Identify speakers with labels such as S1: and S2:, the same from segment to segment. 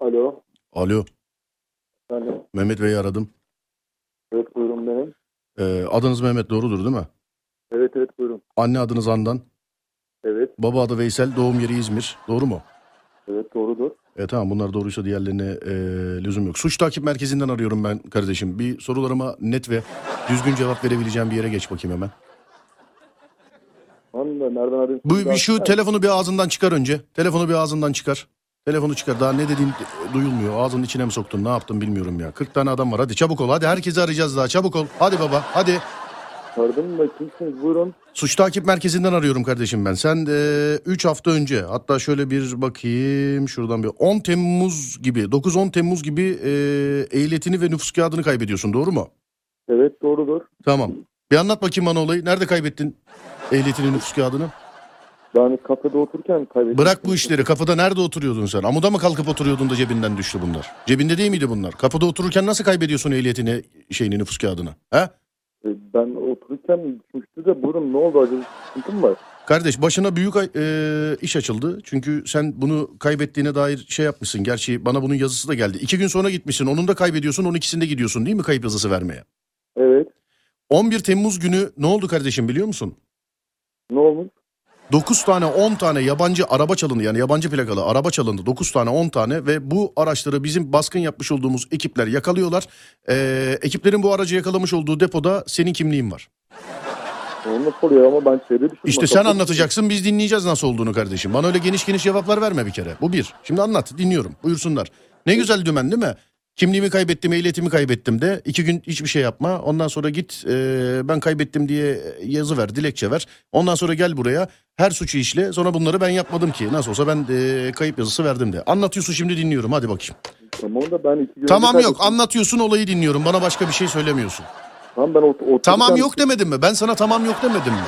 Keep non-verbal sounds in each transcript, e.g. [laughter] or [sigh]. S1: Alo.
S2: Alo
S1: Alo.
S2: Mehmet Bey'i aradım.
S1: Evet buyurun benim.
S2: Ee, adınız Mehmet doğrudur değil mi?
S1: Evet evet buyurun.
S2: Anne adınız Andan.
S1: Evet.
S2: Baba adı Veysel. Doğum yeri İzmir. Doğru mu?
S1: Evet doğrudur.
S2: E tamam bunlar doğruysa diğerlerine e, lüzum yok. Suç takip merkezinden arıyorum ben kardeşim. Bir sorularıma net ve düzgün cevap verebileceğim bir yere geç bakayım hemen.
S1: Hanım da nereden arayayım?
S2: Bu
S1: Sizi
S2: bir şu
S1: arasana.
S2: telefonu bir ağzından çıkar önce. Telefonu bir ağzından çıkar. Telefonu çıkar. Daha ne dediğin duyulmuyor. Ağzının içine mi soktun? Ne yaptın bilmiyorum ya. 40 tane adam var. Hadi çabuk ol. Hadi herkesi arayacağız daha. Çabuk ol. Hadi baba. Hadi.
S1: Aradım da kimsiniz buyurun.
S2: Suç takip merkezinden arıyorum kardeşim ben. Sen 3 hafta önce hatta şöyle bir bakayım şuradan bir 10 Temmuz gibi 9-10 Temmuz gibi e, ehliyetini ve nüfus kağıdını kaybediyorsun doğru mu?
S1: Evet doğrudur.
S2: Tamam. Bir anlat bakayım bana olayı. Nerede kaybettin ehliyetini nüfus kağıdını?
S1: Ben kafede otururken kaybettim.
S2: Bırak bu işleri. Kafada nerede oturuyordun sen? Amuda mı kalkıp oturuyordun da cebinden düştü bunlar? Cebinde değil miydi bunlar? Kafada otururken nasıl kaybediyorsun ehliyetini şeyini nüfus kağıdını? He?
S1: E, Ben otururken düşmüştü de buyurun ne oldu acaba sıkıntım var?
S2: Kardeş başına büyük ay- e, iş açıldı. Çünkü sen bunu kaybettiğine dair şey yapmışsın. Gerçi bana bunun yazısı da geldi. İki gün sonra gitmişsin. Onun da kaybediyorsun. Onun ikisinde gidiyorsun değil mi kayıp yazısı vermeye?
S1: Evet.
S2: 11 Temmuz günü ne oldu kardeşim biliyor musun?
S1: Ne olmuş?
S2: 9 tane 10 tane yabancı araba çalındı. Yani yabancı plakalı araba çalındı. 9 tane 10 tane ve bu araçları bizim baskın yapmış olduğumuz ekipler yakalıyorlar. Ee, ekiplerin bu aracı yakalamış olduğu depoda senin kimliğin var.
S1: Onu nasıl oluyor ama ben şeyde düşündüm.
S2: İşte sen anlatacaksın biz dinleyeceğiz nasıl olduğunu kardeşim. Bana öyle geniş geniş cevaplar verme bir kere. Bu bir. Şimdi anlat dinliyorum buyursunlar. Ne güzel dümen değil mi? Kimliğimi kaybettim, ehliyetimi kaybettim de. iki gün hiçbir şey yapma. Ondan sonra git e, ben kaybettim diye yazı ver, dilekçe ver. Ondan sonra gel buraya her suçu işle. Sonra bunları ben yapmadım ki. Nasıl olsa ben e, kayıp yazısı verdim de. Anlatıyorsun şimdi dinliyorum hadi bakayım.
S1: Tamam da ben iki gün önce
S2: Tamam yok
S1: kaybettim.
S2: anlatıyorsun olayı dinliyorum. Bana başka bir şey söylemiyorsun.
S1: Tamam ben ot- otururken...
S2: Tamam yok demedim mi? Ben sana tamam yok demedim mi?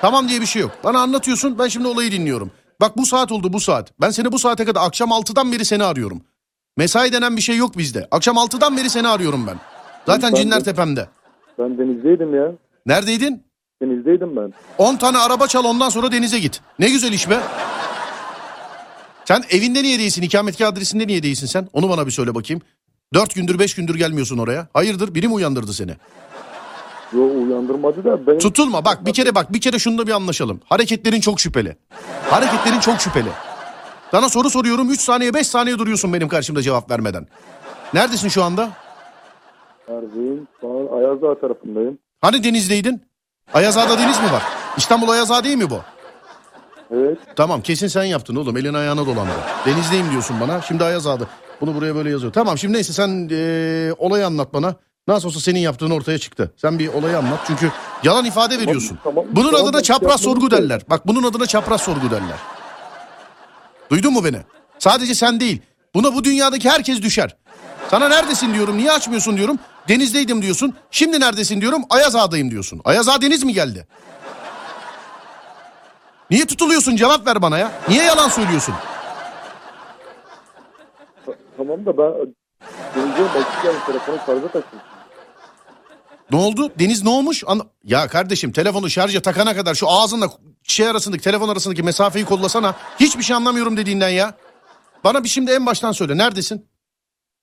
S2: Tamam diye bir şey yok. Bana anlatıyorsun ben şimdi olayı dinliyorum. Bak bu saat oldu bu saat. Ben seni bu saate kadar akşam 6'dan beri seni arıyorum. Mesai denen bir şey yok bizde. Akşam 6'dan beri seni arıyorum ben. Zaten
S1: Ben de-
S2: cinler tepemde.
S1: Ben denizdeydim ya.
S2: Neredeydin?
S1: Denizdeydim ben.
S2: 10 tane araba çal ondan sonra denize git. Ne güzel iş be. Sen evinde niye değilsin? İkametgah adresinde niye değilsin sen? Onu bana bir söyle bakayım. 4 gündür 5 gündür gelmiyorsun oraya. Hayırdır biri mi uyandırdı seni?
S1: Yo uyandırmadı da ben...
S2: Tutulma bak bir kere bak bir kere şunda bir anlaşalım. Hareketlerin çok şüpheli. Hareketlerin çok şüpheli. Sana soru soruyorum 3 saniye 5 saniye duruyorsun benim karşımda cevap vermeden. Neredesin şu anda?
S1: Erzeyim, şu an Ayaz Dağı tarafındayım.
S2: Hani denizdeydin? Ayazağa'da deniz mi var? İstanbul Ayazağa değil mi bu?
S1: Evet.
S2: Tamam kesin sen yaptın oğlum elin ayağına dolandı. Denizdeyim diyorsun bana şimdi Ayazağa'da. Bunu buraya böyle yazıyor. Tamam şimdi neyse sen eee, olayı anlat bana. Nasıl olsa senin yaptığın ortaya çıktı. Sen bir olayı anlat çünkü yalan ifade veriyorsun.
S1: tamam,
S2: bunun
S1: tamam,
S2: adına
S1: ben
S2: çapraz
S1: yapmadım
S2: sorgu
S1: ki.
S2: derler. Bak bunun adına çapraz sorgu derler. Duydun mu beni? Sadece sen değil. Buna bu dünyadaki herkes düşer. Sana neredesin diyorum, niye açmıyorsun diyorum. Denizdeydim diyorsun. Şimdi neredesin diyorum, Ayaz Ağa'dayım diyorsun. Ayaz Ağa deniz mi geldi? Niye tutuluyorsun cevap ver bana ya. Niye yalan söylüyorsun?
S1: Tamam da ben döneceğim bakıp yani telefonu şarja takayım.
S2: Ne oldu? Deniz ne olmuş? Anla- ya kardeşim telefonu şarja takana kadar şu ağzınla şey arasındaki telefon arasındaki mesafeyi kollasana. Hiçbir şey anlamıyorum dediğinden ya. Bana bir şimdi en baştan söyle neredesin?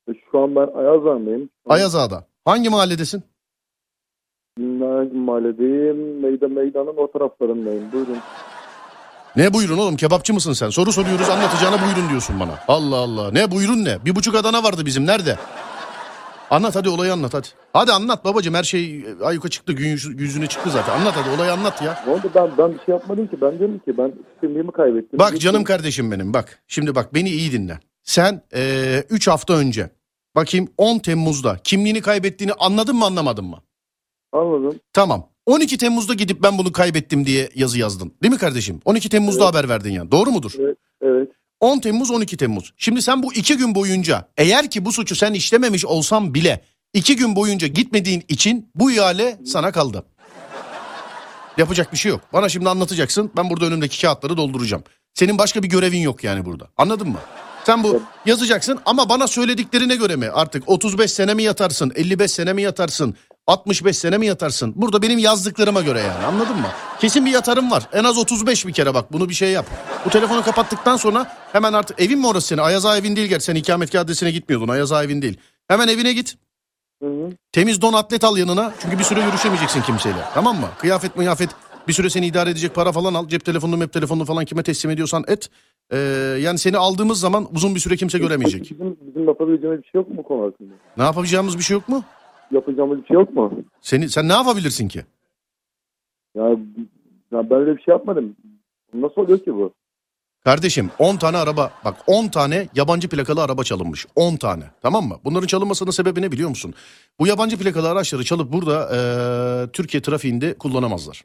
S1: E, Şu an ben Ayaz Dağı'ndayım.
S2: Ayaz Ağa'da. Hangi mahalledesin?
S1: Bilmem mahalledeyim. Meydan meydanın o taraflarındayım. Buyurun.
S2: Ne buyurun oğlum kebapçı mısın sen? Soru soruyoruz anlatacağına buyurun diyorsun bana. Allah Allah ne buyurun ne? Bir buçuk Adana vardı bizim nerede? Anlat hadi olayı anlat hadi. Hadi anlat babacığım her şey e, ayyuka çıktı gün yüzü- yüzüne çıktı zaten. Anlat hadi olayı anlat ya.
S1: Ne oldu? Ben, ben bir şey yapmadım ki. Ben diyorum ki ben kimliğimi kaybettim.
S2: Bak canım kardeşim benim bak. Şimdi bak beni iyi dinle. Sen 3 hafta önce bakayım 10 Temmuz'da kimliğini kaybettiğini anladın mı anlamadın mı?
S1: Anladım.
S2: Tamam. 12 Temmuz'da gidip ben bunu kaybettim diye yazı yazdın. Değil mi kardeşim? 12 Temmuz'da haber verdin yani. Doğru mudur?
S1: Evet.
S2: 10 Temmuz 12 Temmuz. Şimdi sen bu iki gün boyunca eğer ki bu suçu sen işlememiş olsan bile iki gün boyunca gitmediğin için bu ihale sana kaldı. Yapacak bir şey yok. Bana şimdi anlatacaksın. Ben burada önümdeki kağıtları dolduracağım. Senin başka bir görevin yok yani burada. Anladın mı? Sen bu
S1: Evet.
S2: yazacaksın ama bana söylediklerine göre mi artık 35 sene mi yatarsın, 55 sene mi yatarsın, 65 sene mi yatarsın? Burada benim yazdıklarıma göre yani anladın mı? Kesin bir yatarım var. En az 35 bir kere bak bunu bir şey yap. Bu telefonu kapattıktan sonra hemen artık evin mi orası senin? Ayaz Ağa evin değil gerçi. Sen ikametgah adresine gitmiyordun. Ayaz Ağa evin değil. Hemen evine git.
S1: Hı hı.
S2: Temiz don atlet al yanına. Çünkü bir süre yürüşemeyeceksin kimseyle. Tamam mı? Kıyafet mıyafet bir süre seni idare edecek para falan al. Cep telefonunu mep telefonunu falan kime teslim ediyorsan et. Ee, yani seni aldığımız zaman uzun bir süre kimse göremeyecek.
S1: Bizim, bizim yapabileceğimiz bir şey yok mu bu konu hakkında?
S2: Ne yapabileceğimiz bir şey yok mu?
S1: Yapacağımız bir şey yok mu?
S2: Seni, sen ne yapabilirsin ki?
S1: Yani ya ben öyle bir şey yapmadım. Nasıl oluyor ki bu?
S2: Kardeşim 10 tane araba bak 10 tane yabancı plakalı araba çalınmış 10 tane tamam mı? Bunların çalınmasının sebebi ne biliyor musun? Bu yabancı plakalı araçları çalıp burada eee, Türkiye trafiğinde kullanamazlar.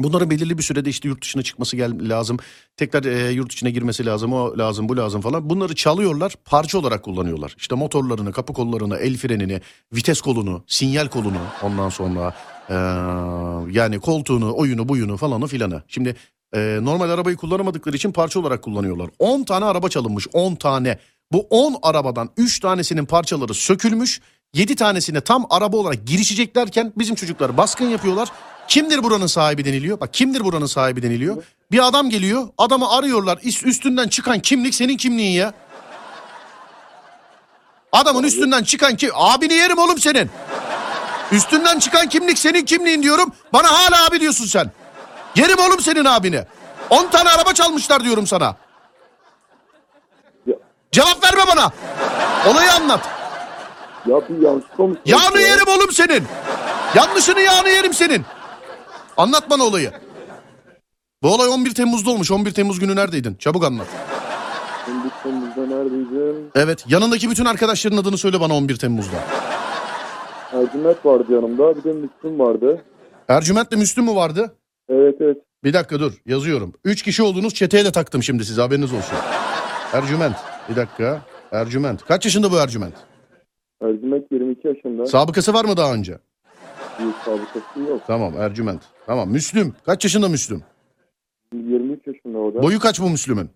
S2: Bunların belirli bir sürede işte yurt dışına çıkması gel lazım. Tekrar eee, yurt içine girmesi lazım o lazım bu lazım falan. Bunları çalıyorlar parça olarak kullanıyorlar. İşte motorlarını kapı kollarını el frenini vites kolunu sinyal kolunu ondan sonra eee, yani koltuğunu oyunu buyunu falanı filanı. Şimdi ee, normal arabayı kullanamadıkları için parça olarak kullanıyorlar. 10 tane araba çalınmış 10 tane. Bu 10 arabadan 3 tanesinin parçaları sökülmüş. 7 tanesine tam araba olarak girişeceklerken bizim çocuklar baskın yapıyorlar. Kimdir buranın sahibi deniliyor. Bak kimdir buranın sahibi deniliyor. Bir adam geliyor adamı arıyorlar Üst- üstünden çıkan kimlik senin kimliğin ya. Adamın üstünden çıkan ki abini yerim oğlum senin. Üstünden çıkan kimlik senin kimliğin diyorum. Bana hala abi diyorsun sen. Yerim oğlum senin abini. 10 tane araba çalmışlar diyorum sana.
S1: Ya,
S2: Cevap verme bana. Olayı anlat.
S1: ya bir yanlışlık olmuş.
S2: Yağını yerim oğlum senin. Yanlışını yağını yerim senin. Anlat bana olayı. Bu olay 11 Temmuz'da olmuş. 11 Temmuz günü neredeydin? Çabuk anlat.
S1: Şimdi Temmuz'da neredeydim?
S2: Evet yanındaki bütün arkadaşların adını söyle bana 11 Temmuz'da.
S1: Ercüment vardı yanımda. Bir de Müslüm vardı.
S2: Ercüment'le Müslüm mü vardı?
S1: Evet evet.
S2: Bir dakika dur yazıyorum. Üç kişi olduğunuz çeteye de taktım şimdi size haberiniz olsun. Ercüment. Bir dakika. Ercüment. Kaç yaşında bu Ercüment?
S1: Ercüment 22 yaşında.
S2: Sabıkası var mı daha önce?
S1: bir sabıkası yok.
S2: Tamam Ercüment. Tamam Müslüm. Kaç yaşında Müslüm?
S1: 23 yaşında o da.
S2: Boyu kaç bu Müslüm'ün?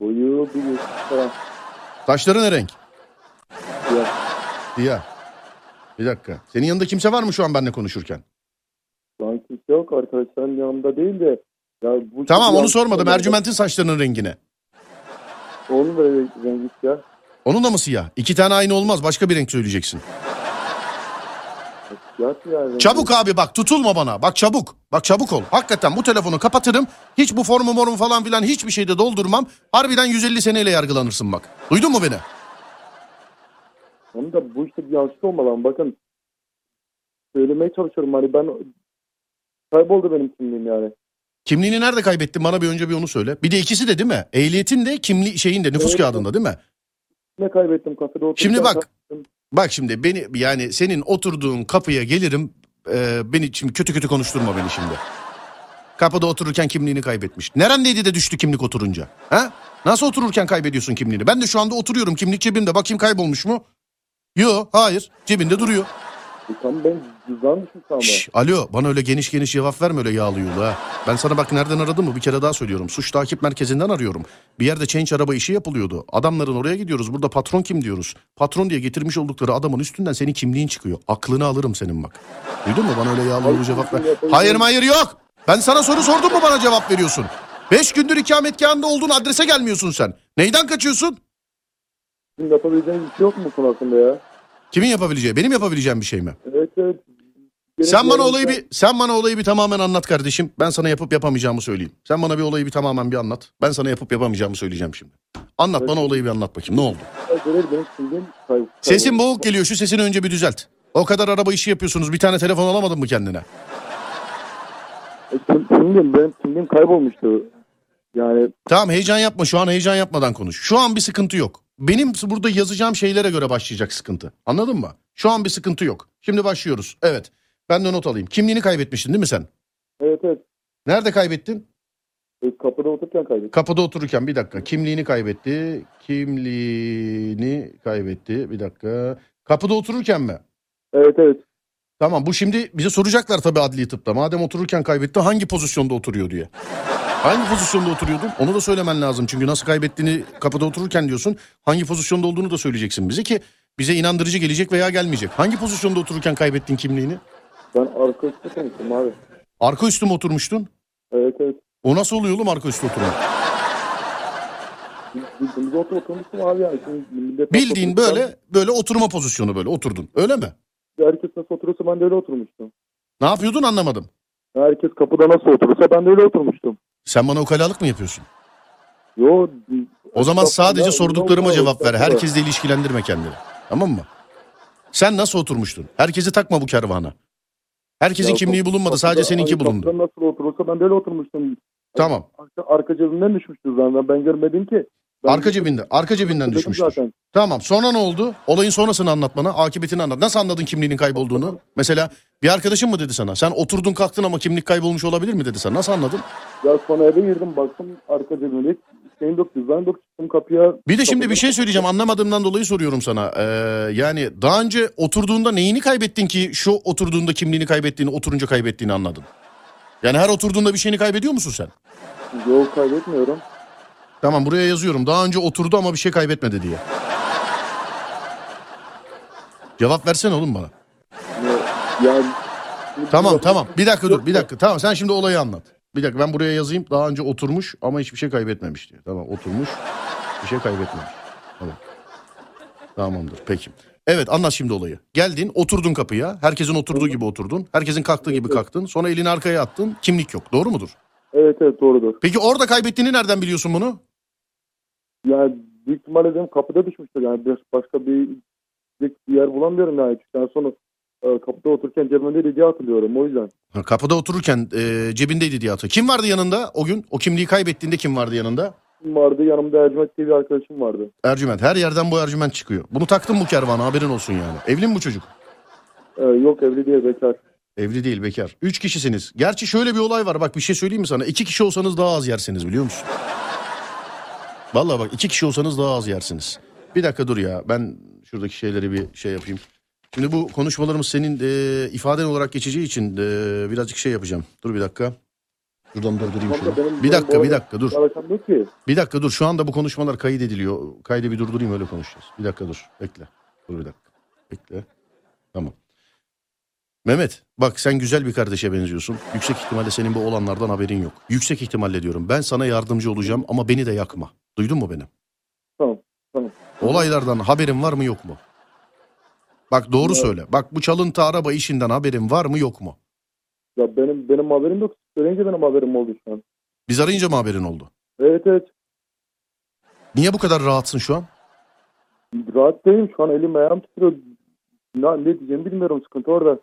S1: Boyu bir yaş falan.
S2: Saçları ne renk?
S1: Siyah.
S2: Siyah. Bir dakika. Senin yanında kimse var mı şu an benimle konuşurken?
S1: Şu an kimse yok. Arkadaşlarım yanımda değil de. Ya bu
S2: Tamam onu
S1: yanlış-
S2: sormadım. Ercüment'in saçlarının rengine.
S1: Onun da rengi siyah.
S2: Onun da mı siyah? İki tane aynı olmaz. Başka bir renk söyleyeceksin.
S1: Siyah siyah rengi.
S2: Çabuk abi bak tutulma bana. Bak çabuk. Bak çabuk ol. Hakikaten bu telefonu kapatırım. Hiç bu formu morum falan filan hiçbir şeyde doldurmam. Harbiden 150 seneyle yargılanırsın bak. Duydun mu beni?
S1: Onun da bu işte bir yanlışlık olmadan bakın. Söylemeye çalışıyorum hani ben kayboldu benim kimliğim yani.
S2: Kimliğini nerede kaybettin? Bana bir önce bir onu söyle. Bir de ikisi de değil mi? Ehliyetin de kimli şeyin de nüfus
S1: Evet.
S2: kağıdında değil mi?
S1: Ne kaybettim kafede otururken.
S2: Şimdi bak. Bak şimdi beni yani senin oturduğun kapıya gelirim. Ee, beni şimdi kötü kötü konuşturma beni şimdi. Kapıda otururken kimliğini kaybetmiş. Nerendeydi de düştü kimlik oturunca? Ha? Nasıl otururken kaybediyorsun kimliğini? Ben de şu anda oturuyorum kimlik cebimde. Bakayım kaybolmuş mu? Yo hayır cebinde duruyor.
S1: E Tamam ben cüzdan düşmüş ama.
S2: Şş, alo bana öyle geniş geniş cevap verme öyle yağlı yulu ha. Ben sana bak nereden aradım mı bir kere daha söylüyorum. Suç takip merkezinden arıyorum. Bir yerde change araba işi yapılıyordu. Adamların oraya gidiyoruz burada patron kim diyoruz. Patron diye getirmiş oldukları adamın üstünden senin kimliğin çıkıyor. Aklını alırım senin bak. Duydun mu bana öyle yağlı yulu cevap ver. Hayır hayır yok. Ben sana soru sordum mu bana cevap veriyorsun. Beş gündür ikametgahında olduğun adrese gelmiyorsun sen. Neyden kaçıyorsun?
S1: Şimdi yapabileceğiniz bir şey yok mu bu konu hakkında ya?
S2: Kimin yapabileceği benim yapabileceğim bir şey mi?
S1: Evet evet.
S2: Sen bana
S1: Gerek-
S2: olayı bir sen bana olayı bir tamamen anlat kardeşim. Ben sana yapıp yapamayacağımı söyleyeyim. Sen bana bir olayı bir tamamen bir anlat. Ben sana yapıp yapamayacağımı söyleyeceğim şimdi. Anlat bana olayı bir anlat bakayım. Ne oldu?
S1: Görev benim kimliğim kay-
S2: Sesin
S1: kayboldu.
S2: boğuk geliyor. Şu sesini önce bir düzelt. O kadar araba işi yapıyorsunuz. Bir tane telefon alamadın mı kendine?
S1: E, kim- kimliğim benim kimliğim kaybolmuştu. Yani
S2: Tamam heyecan yapma. Şu an heyecan yapmadan konuş. Şu an bir sıkıntı yok. Benim burada yazacağım şeylere göre başlayacak sıkıntı. Anladın mı? Şu an bir sıkıntı yok. Şimdi başlıyoruz. Evet. Ben de not alayım. Kimliğini kaybetmiştin değil mi sen?
S1: evet evet.
S2: Nerede kaybettin?
S1: E, kapıda otururken kaybettim.
S2: Kapıda otururken bir dakika kimliğini kaybetti. Kimliğini kaybetti. Bir dakika. Kapıda otururken mi?
S1: Evet evet.
S2: Tamam bu şimdi bize soracaklar tabii adli tıpta. Madem otururken kaybetti hangi pozisyonda oturuyor diye. Hangi pozisyonda oturuyordun? Onu da söylemen lazım. Çünkü nasıl kaybettiğini kapıda otururken diyorsun. Hangi pozisyonda olduğunu da söyleyeceksin bize ki bize inandırıcı gelecek veya gelmeyecek. Hangi pozisyonda otururken kaybettin kimliğini?
S1: Ben arkadaşla konuştum abi.
S2: Arka üstü mü oturmuştun?
S1: Evet evet.
S2: O nasıl oluyor oğlum arka üstü oturmak?
S1: Bildiğimiz otur oturmuştum abi yani. Şimdi millet
S2: Bildiğin
S1: oturmuş,
S2: böyle böyle oturma pozisyonu böyle oturdun. Öyle mi?
S1: ben- Herkes nasıl oturuyorsa ben de öyle oturmuştum.
S2: Ne yapıyordun anlamadım.
S1: Herkes kapıda nasıl oturuyorsa ben de öyle oturmuştum.
S2: Sen bana ukalalık mı yapıyorsun?
S1: Yo.
S2: O zaman sadece sorduklarıma cevap ver.
S1: Herkes
S2: Herkesle ilişkilendirme kendini. Tamam mı? Sen nasıl oturmuştun? Herkesi takma bu kervana. Herkesin
S1: Ya,
S2: kimliği
S1: kap-
S2: bulunmadı.
S1: kapıda-
S2: Sadece seninki
S1: hani
S2: bulundu.
S1: kapıda nasıl oturursa ben de öyle oturmuştum.
S2: Tamam.
S1: Arka, arka cebimden düşmüştü zaten. Ben görmedim ki. Ben
S2: Arka cebinden, arka cebinden
S1: dedim
S2: düşmüştür.
S1: Zaten.
S2: Tamam. Sonra ne oldu? Olayın sonrasını anlat bana. Akıbetini anlat. Nasıl anladın kimliğinin kaybolduğunu? Mesela bir arkadaşın mı dedi sana? Sen oturdun kalktın ama kimlik kaybolmuş olabilir mi dedi sana? Nasıl anladın?
S1: Ya sonra eve girdim baktım arka cebimde hiç şeyim yok cüzdanım yok çıktım kapıya.
S2: Bir de şimdi
S1: kapıda-
S2: bir şey söyleyeceğim anlamadığımdan dolayı soruyorum sana. Ee, yani daha önce oturduğunda neyini kaybettin ki şu oturduğunda kimliğini kaybettiğini oturunca kaybettiğini anladın? Yani her oturduğunda bir şeyini kaybediyor musun sen?
S1: Yok kaybetmiyorum.
S2: Tamam buraya yazıyorum daha önce oturdu ama bir şey kaybetmedi diye. Cevap versene oğlum bana.
S1: Yani
S2: Tamam tamam bir dakika dur bir dakika tamam sen şimdi olayı anlat. Bir dakika ben buraya yazayım daha önce oturmuş ama hiçbir şey kaybetmemiş diye. Tamam oturmuş bir şey kaybetmemiş. Tamam. Tamamdır peki. Evet anlat şimdi olayı. Geldin oturdun kapıya herkesin oturduğu gibi oturdun. Herkesin kalktığı gibi kalktın. Sonra elini arkaya attın kimlik yok doğru mudur?
S1: Evet evet doğrudur.
S2: Peki orada kaybettiğini nereden biliyorsun bunu?
S1: Yani büyük ihtimalle dedim kapıda düşmüştür yani bir- başka bir, bir yer bulamıyorum yani. Çünkü yani sonra e, kapıda otururken cebimde diye hatırlıyorum o yüzden.
S2: Ha, Kapıda otururken e, cebindeydi diye hatırlıyorum. Kim vardı yanında o gün? O kimliği kaybettiğinde kim vardı yanında?
S1: Kim vardı yanımda Ercüment diye bir arkadaşım vardı.
S2: Ercüment. Her yerden bu Ercüment çıkıyor. Bunu taktın bu kervana haberin olsun yani. Evli mi bu çocuk?
S1: E, yok evli diye bekar.
S2: Evli değil bekar. Üç kişisiniz. Gerçi şöyle bir olay var bak bir şey söyleyeyim mi sana? İki kişi olsanız daha az yersiniz biliyor musun? Vallahi bak iki kişi olsanız daha az yersiniz. Bir dakika dur ya ben şuradaki şeyleri bir şey yapayım. Şimdi bu konuşmalarımız senin e, ifaden olarak geçeceği için e, birazcık şey yapacağım. Dur bir dakika. Şuradan durdurayım
S1: Tamam da
S2: şunu.
S1: benim-
S2: Bir
S1: benim bu
S2: dakika bir
S1: arada
S2: dakika dur.
S1: Bir alakam yok ki.
S2: Bir dakika dur şu anda bu konuşmalar kayıt ediliyor. Kaydı bir durdurayım öyle konuşacağız. Bir dakika dur bekle. Dur bir dakika. Bekle. Tamam. Mehmet bak sen güzel bir kardeşe benziyorsun. Yüksek ihtimalle senin bu olanlardan haberin yok. Yüksek ihtimalle diyorum. Ben sana yardımcı olacağım ama beni de yakma. Duydun mu beni?
S1: Tamam, tamam.
S2: Olaylardan haberin var mı yok mu? Bak doğru
S1: Evet.
S2: söyle. Bak bu çalıntı araba işinden haberin var mı yok mu?
S1: Ya benim benim haberim yok. Söyleyince benim haberim oldu şu an.
S2: Biz arayınca mı haberin oldu?
S1: Evet evet.
S2: Niye bu kadar rahatsın şu an?
S1: Rahat değilim şu an elim ayağım titriyor. Ne, ne diyeceğimi bilmiyorum sıkıntı orada.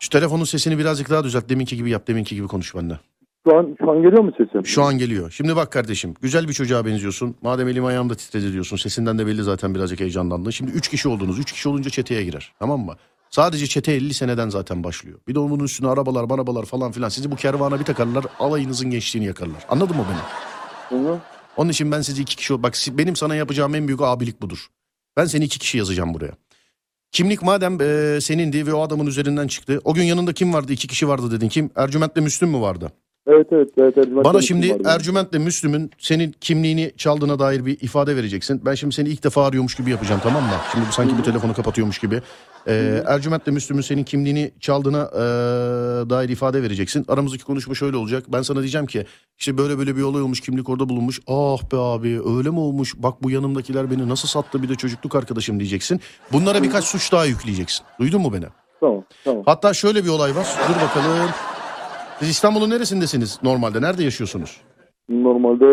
S2: Şu telefonun sesini birazcık daha düzelt. Deminki gibi yap. Deminki gibi konuş benimle.
S1: Şu an şu an geliyor mu sesim?
S2: Şu an geliyor. Şimdi bak kardeşim güzel bir çocuğa benziyorsun. Madem elim ayağım da titredi diyorsun. Sesinden de belli zaten birazcık heyecanlandın. Şimdi 3 kişi oldunuz. 3 kişi olunca çeteye girer. Tamam mı? Sadece çete 50 seneden zaten başlıyor. Bir de onun üstüne arabalar, marabalar falan filan. Sizi bu kervana bir takarlar. Alayınızın gençliğini yakarlar. Anladın mı beni?
S1: Hı-hı.
S2: Onun için ben sizi iki kişi... ol- Bak si- benim sana yapacağım en büyük abilik budur. Ben seni iki kişi yazacağım buraya. Kimlik madem eee, senindi ve o adamın üzerinden çıktı. O gün yanında kim vardı? İki kişi vardı dedin. Kim? Ercüment'le Müslüm mü vardı?
S1: Evet evet. evet şey Ercüment
S2: Bana
S1: Hanım
S2: şimdi
S1: vardı.
S2: Ercüment'le Müslüm'ün senin kimliğini çaldığına dair bir ifade vereceksin. Ben şimdi seni ilk defa arıyormuş gibi yapacağım tamam mı? Şimdi bu sanki bu telefonu kapatıyormuş gibi. Ee, Ercüment'le Müslüm'ün senin kimliğini çaldığına ee, dair ifade vereceksin. Aramızdaki konuşma şöyle olacak. Ben sana diyeceğim ki işte böyle böyle bir olay olmuş kimlik orada bulunmuş. Ah be abi öyle mi olmuş? Bak bu yanımdakiler beni nasıl sattı bir de çocukluk arkadaşım diyeceksin. Bunlara birkaç suç daha yükleyeceksin. Duydun mu beni?
S1: Tamam tamam.
S2: Hatta şöyle bir olay var. Dur bakalım. Siz İstanbul'un neresindesiniz normalde? Nerede yaşıyorsunuz?
S1: Normalde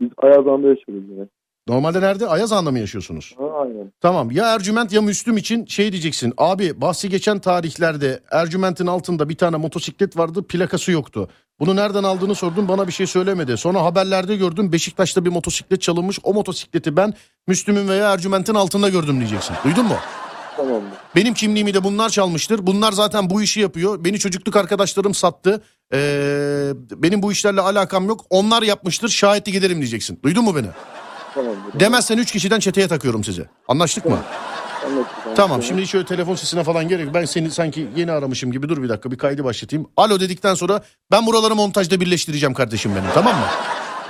S1: biz Ayazan'da yaşıyoruz yine.
S2: Normalde nerede? Ayazağan'da mı yaşıyorsunuz?
S1: Ha, aynen.
S2: Tamam ya Ercüment ya Müslüm için şey diyeceksin. Abi bahsi geçen tarihlerde Ercüment'in altında bir tane motosiklet vardı plakası yoktu. Bunu nereden aldığını sordum bana bir şey söylemedi. Sonra haberlerde gördüm Beşiktaş'ta bir motosiklet çalınmış. O motosikleti ben Müslüm'ün veya Ercüment'in altında gördüm diyeceksin. Duydun mu?
S1: Tamamdır.
S2: Benim kimliğimi de bunlar çalmıştır. Bunlar zaten bu işi yapıyor. Beni çocukluk arkadaşlarım sattı. Ee, benim bu işlerle alakam yok. Onlar yapmıştır şahitli giderim diyeceksin. Duydun mu beni?
S1: Tamamdır.
S2: Demezsen 3 kişiden çeteye takıyorum sizi. Anlaştık mı?
S1: Anlaştık, anlaştık.
S2: Tamam şimdi şöyle telefon sesine falan gerek. yok. Ben seni sanki yeni aramışım gibi dur bir dakika bir kaydı başlatayım. Alo dedikten sonra ben buraları montajda birleştireceğim kardeşim benim tamam mı?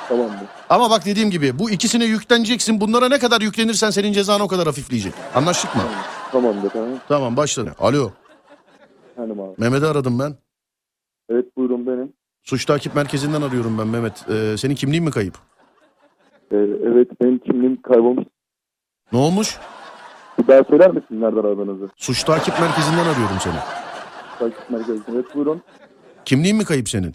S1: Tamamdır.
S2: Ama bak dediğim gibi bu ikisine yükleneceksin. Bunlara ne kadar yüklenirsen senin cezan o kadar hafifleyecek. Anlaştık mı?
S1: Tamamdır. Tamam.
S2: Tamam başla. Alo
S1: Efendim abi.
S2: Mehmet'i aradım ben.
S1: Evet buyurun benim.
S2: Suç takip merkezinden arıyorum ben Mehmet. Ee, senin kimliğin mi kayıp?
S1: Ee, evet benim kimliğim kaybolmuş.
S2: Ne olmuş?
S1: Bir daha söyler misin nereden aradığınızı?
S2: Suç takip merkezinden arıyorum seni.
S1: Takip merkezi. Evet buyurun.
S2: Kimliğin mi kayıp senin?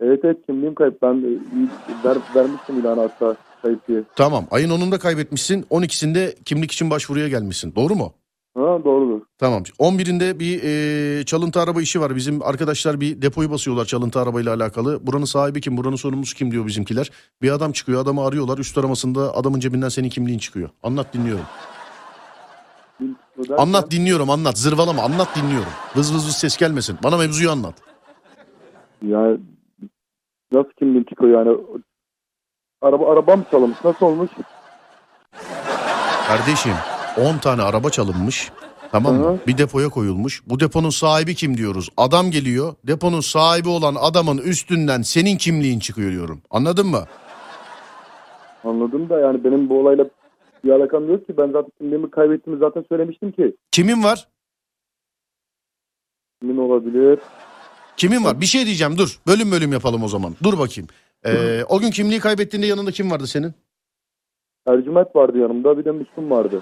S1: Evet evet kimliğim kayıp. Ben e, il- ver, vermiştim ilanı hatta kayıp diye.
S2: Tamam. Ayın 10'unda kaybetmişsin. 12'sinde kimlik için başvuruya gelmişsin. Doğru mu?
S1: Ha doğrudur.
S2: Tamam. 11'inde bir e, çalıntı araba işi var. Bizim arkadaşlar bir depoyu basıyorlar çalıntı arabayla alakalı. Buranın sahibi kim? Buranın sorumlusu kim diyor bizimkiler. Bir adam çıkıyor. Adamı arıyorlar. Üst aramasında adamın cebinden senin kimliğin çıkıyor. Anlat dinliyorum.
S1: Bil- ödersen-
S2: Anlat dinliyorum anlat. Zırvalama anlat dinliyorum. Vız vız vız ses gelmesin. Bana mevzuyu anlat.
S1: Yani nasıl kimliğim çıkıyor yani? Araba, arabam çalınmış. Nasıl olmuş?
S2: Kardeşim 10 tane araba çalınmış. Tamam
S1: Hı
S2: mı?
S1: hı.
S2: Bir depoya koyulmuş. Bu deponun sahibi kim diyoruz? Adam geliyor. Deponun sahibi olan adamın üstünden senin kimliğin çıkıyor diyorum. Anladın mı?
S1: Anladım da yani benim bu olayla bir alakam yok ki. Ben zaten kimliğimi kaybettiğimi zaten söylemiştim ki.
S2: Kimin var?
S1: Kimin olabilir?
S2: Kimin var? Bir şey diyeceğim dur. Bölüm bölüm yapalım o zaman. Dur bakayım. Ee, o gün kimliği kaybettiğinde yanında kim vardı senin?
S1: Ercüment vardı yanımda. Bir de Müslüm vardı.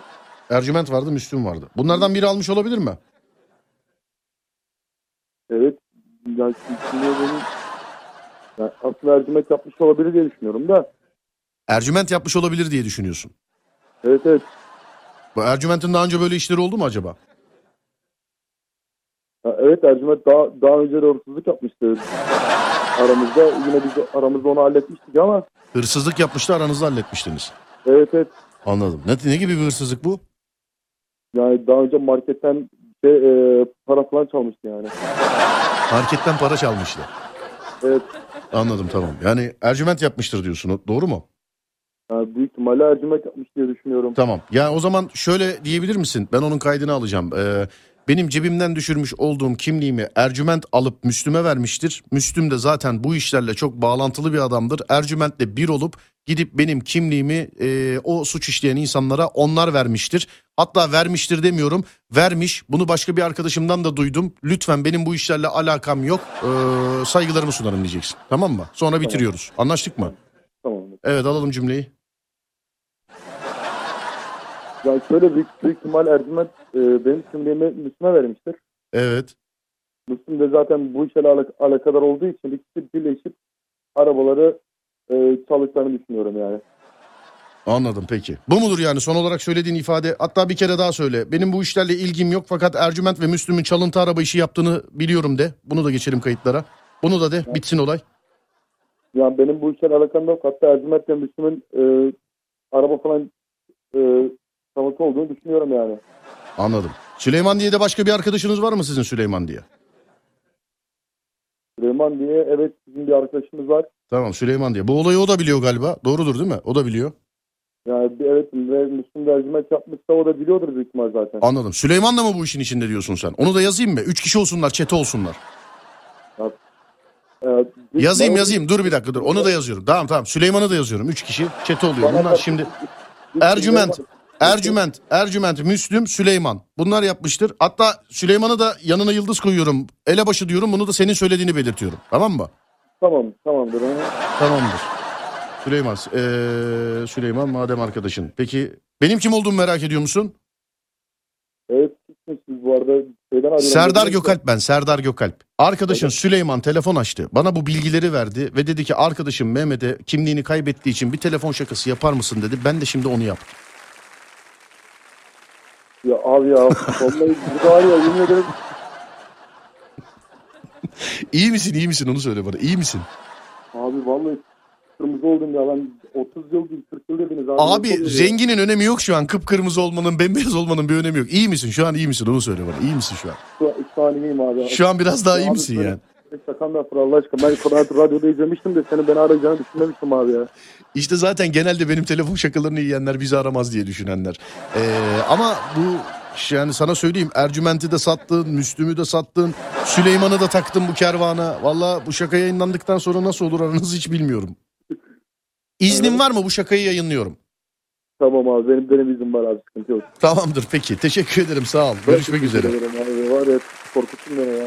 S2: Ercüment vardı, Müslüm vardı. Bunlardan biri almış olabilir mi?
S1: Evet. Yani kimliğe benim... Yani aslında Ercüment yapmış olabilir diye düşünüyorum da.
S2: Ercüment yapmış olabilir diye düşünüyorsun.
S1: Evet evet.
S2: Bu Ercüment'in daha önce böyle işleri oldu mu acaba?
S1: Ya Evet Ercüment daha, daha önce de hırsızlık yapmıştı. Aramızda yine biz aramızda onu halletmiştik ama
S2: Hırsızlık yapmıştı aranızda halletmiştiniz.
S1: evet evet
S2: Anladım. Ne, ne gibi bir hırsızlık bu?
S1: yani daha önce marketten şey, e, para falan çalmıştı yani.
S2: Marketten para çalmıştı.
S1: Evet
S2: Anladım tamam. Yani Ercüment yapmıştır diyorsun. o- Doğru mu?
S1: yani büyük ihtimalle Ercüment yapmış diye düşünüyorum.
S2: Tamam. Ya o zaman şöyle diyebilir misin? Ben onun kaydını alacağım. Ee, benim cebimden düşürmüş olduğum kimliğimi Ercüment alıp Müslüm'e vermiştir. Müslüm de zaten bu işlerle çok bağlantılı bir adamdır. Ercüment'le bir olup gidip benim kimliğimi e, o suç işleyen insanlara onlar vermiştir. Hatta vermiştir demiyorum. Vermiş. Bunu başka bir arkadaşımdan da duydum. Lütfen benim bu işlerle alakam yok. Ee, saygılarımı sunarım diyeceksin. Tamam mı? Sonra bitiriyoruz. Anlaştık mı?
S1: Tamam.
S2: Evet alalım cümleyi.
S1: Yani şöyle büyük, büyük ihtimal Ercüment e, benim kimliğimi Müslüm'e vermiştir.
S2: Evet.
S1: Müslüm de zaten bu işle alak- alakadar olduğu için ikisi birleşip arabaları e, çaldıklarını düşünüyorum yani.
S2: Anladım peki. Bu mudur yani son olarak söylediğin ifade? Hatta bir kere daha söyle. Benim bu işlerle ilgim yok fakat Ercüment ve Müslüm'ün çalıntı araba işi yaptığını biliyorum de. Bunu da geçelim kayıtlara. Bunu da de bitsin olay.
S1: Yani benim bu işlerle alakam yok. Hatta Ercüment'le Müslüm'ün e, araba falan e, tanıtı olduğunu düşünüyorum yani.
S2: Anladım. Süleyman diye de başka bir arkadaşınız var mı sizin Süleyman diye?
S1: Süleyman diye evet bizim bir arkadaşımız var.
S2: Tamam Süleyman diye. Bu olayı o da biliyor galiba. Doğrudur değil mi? O da biliyor.
S1: Yani bir- evet ve Müslüm de Ercüment yapmışsa o da biliyordur büyük ihtimal zaten.
S2: Anladım. Süleyman da mı bu işin içinde diyorsun sen? Onu da yazayım mı? Üç kişi olsunlar, çete olsunlar.
S1: E, büyük
S2: Yazayım
S1: ihtimal-
S2: yazayım. Dur bir dakika dur. Onu da yazıyorum. Tamam tamam. Süleyman'ı da yazıyorum. Üç kişi çete oluyor.
S1: Bana
S2: Bunlar
S1: karşı-
S2: şimdi...
S1: Büyük ihtimal-
S2: Ercüment. Ercüment, Ercüment, Müslüm, Süleyman. Bunlar yapmıştır. Hatta Süleyman'ı da yanına yıldız koyuyorum. Elebaşı diyorum. Bunu da senin söylediğini belirtiyorum. Tamam mı?
S1: Tamam tamamdır. Ama
S2: Tamamdır. Süleyman, eee, Süleyman madem arkadaşın. Peki benim kim olduğumu merak ediyor musun?
S1: Evet gitmişiz bu arada. Şeyden ayrılan-
S2: Serdar Gökalp ben, Serdar Gökalp. Arkadaşın Süleyman telefon açtı. Bana bu bilgileri verdi ve dedi ki arkadaşım Mehmet'e kimliğini kaybettiği için bir telefon şakası yapar mısın dedi. Ben de şimdi onu yaptım.
S1: Ya abi ya. Vallahi bu var ya yemin ederim.
S2: İyi misin, iyi misin onu söyle bana. İyi misin?
S1: Abi vallahi kırmızı oldum ya ben 30 yıl değil 40 yıl dediniz abi. Nasıl
S2: Abi
S1: oluyor?
S2: zenginin önemi yok şu an. Kıpkırmızı olmanın, [laughs] bembeyaz olmanın bir önemi yok. İyi misin? Şu an iyi misin? Onu söyle bana. İyi misin şu an?
S1: Şu, şu an iyiyim abi.
S2: Şu an biraz daha iyi
S1: Abi
S2: misin
S1: böyle-
S2: yani?
S1: Şakam yapma Allah aşkına. Ben Fırat radyoda izlemiştim de seni beni arayacağını düşünmemiştim abi ya.
S2: İşte zaten genelde benim telefon şakalarını yiyenler bizi aramaz diye düşünenler. Ee, ama bu yani sana söyleyeyim Ercüment'i de sattın, Müslüm'ü de sattın, Süleyman'ı da taktın bu kervana. Valla bu şaka yayınlandıktan sonra nasıl olur aranız hiç bilmiyorum. İznin
S1: Evet.
S2: var mı bu şakayı yayınlıyorum?
S1: Tamam abi benim benim izin var abi sıkıntı yok.
S2: Tamamdır peki. Teşekkür ederim sağ ol. Görüşmek
S1: Teşekkür
S2: üzere.
S1: ederim Abi. Var ya korkuttun beni ya.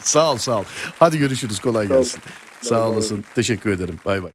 S2: Sağ ol sağ ol. Hadi görüşürüz kolay
S1: Sağ ol.
S2: gelsin. Sağ
S1: Bay bay.
S2: olasın. Teşekkür ederim. Bay bay.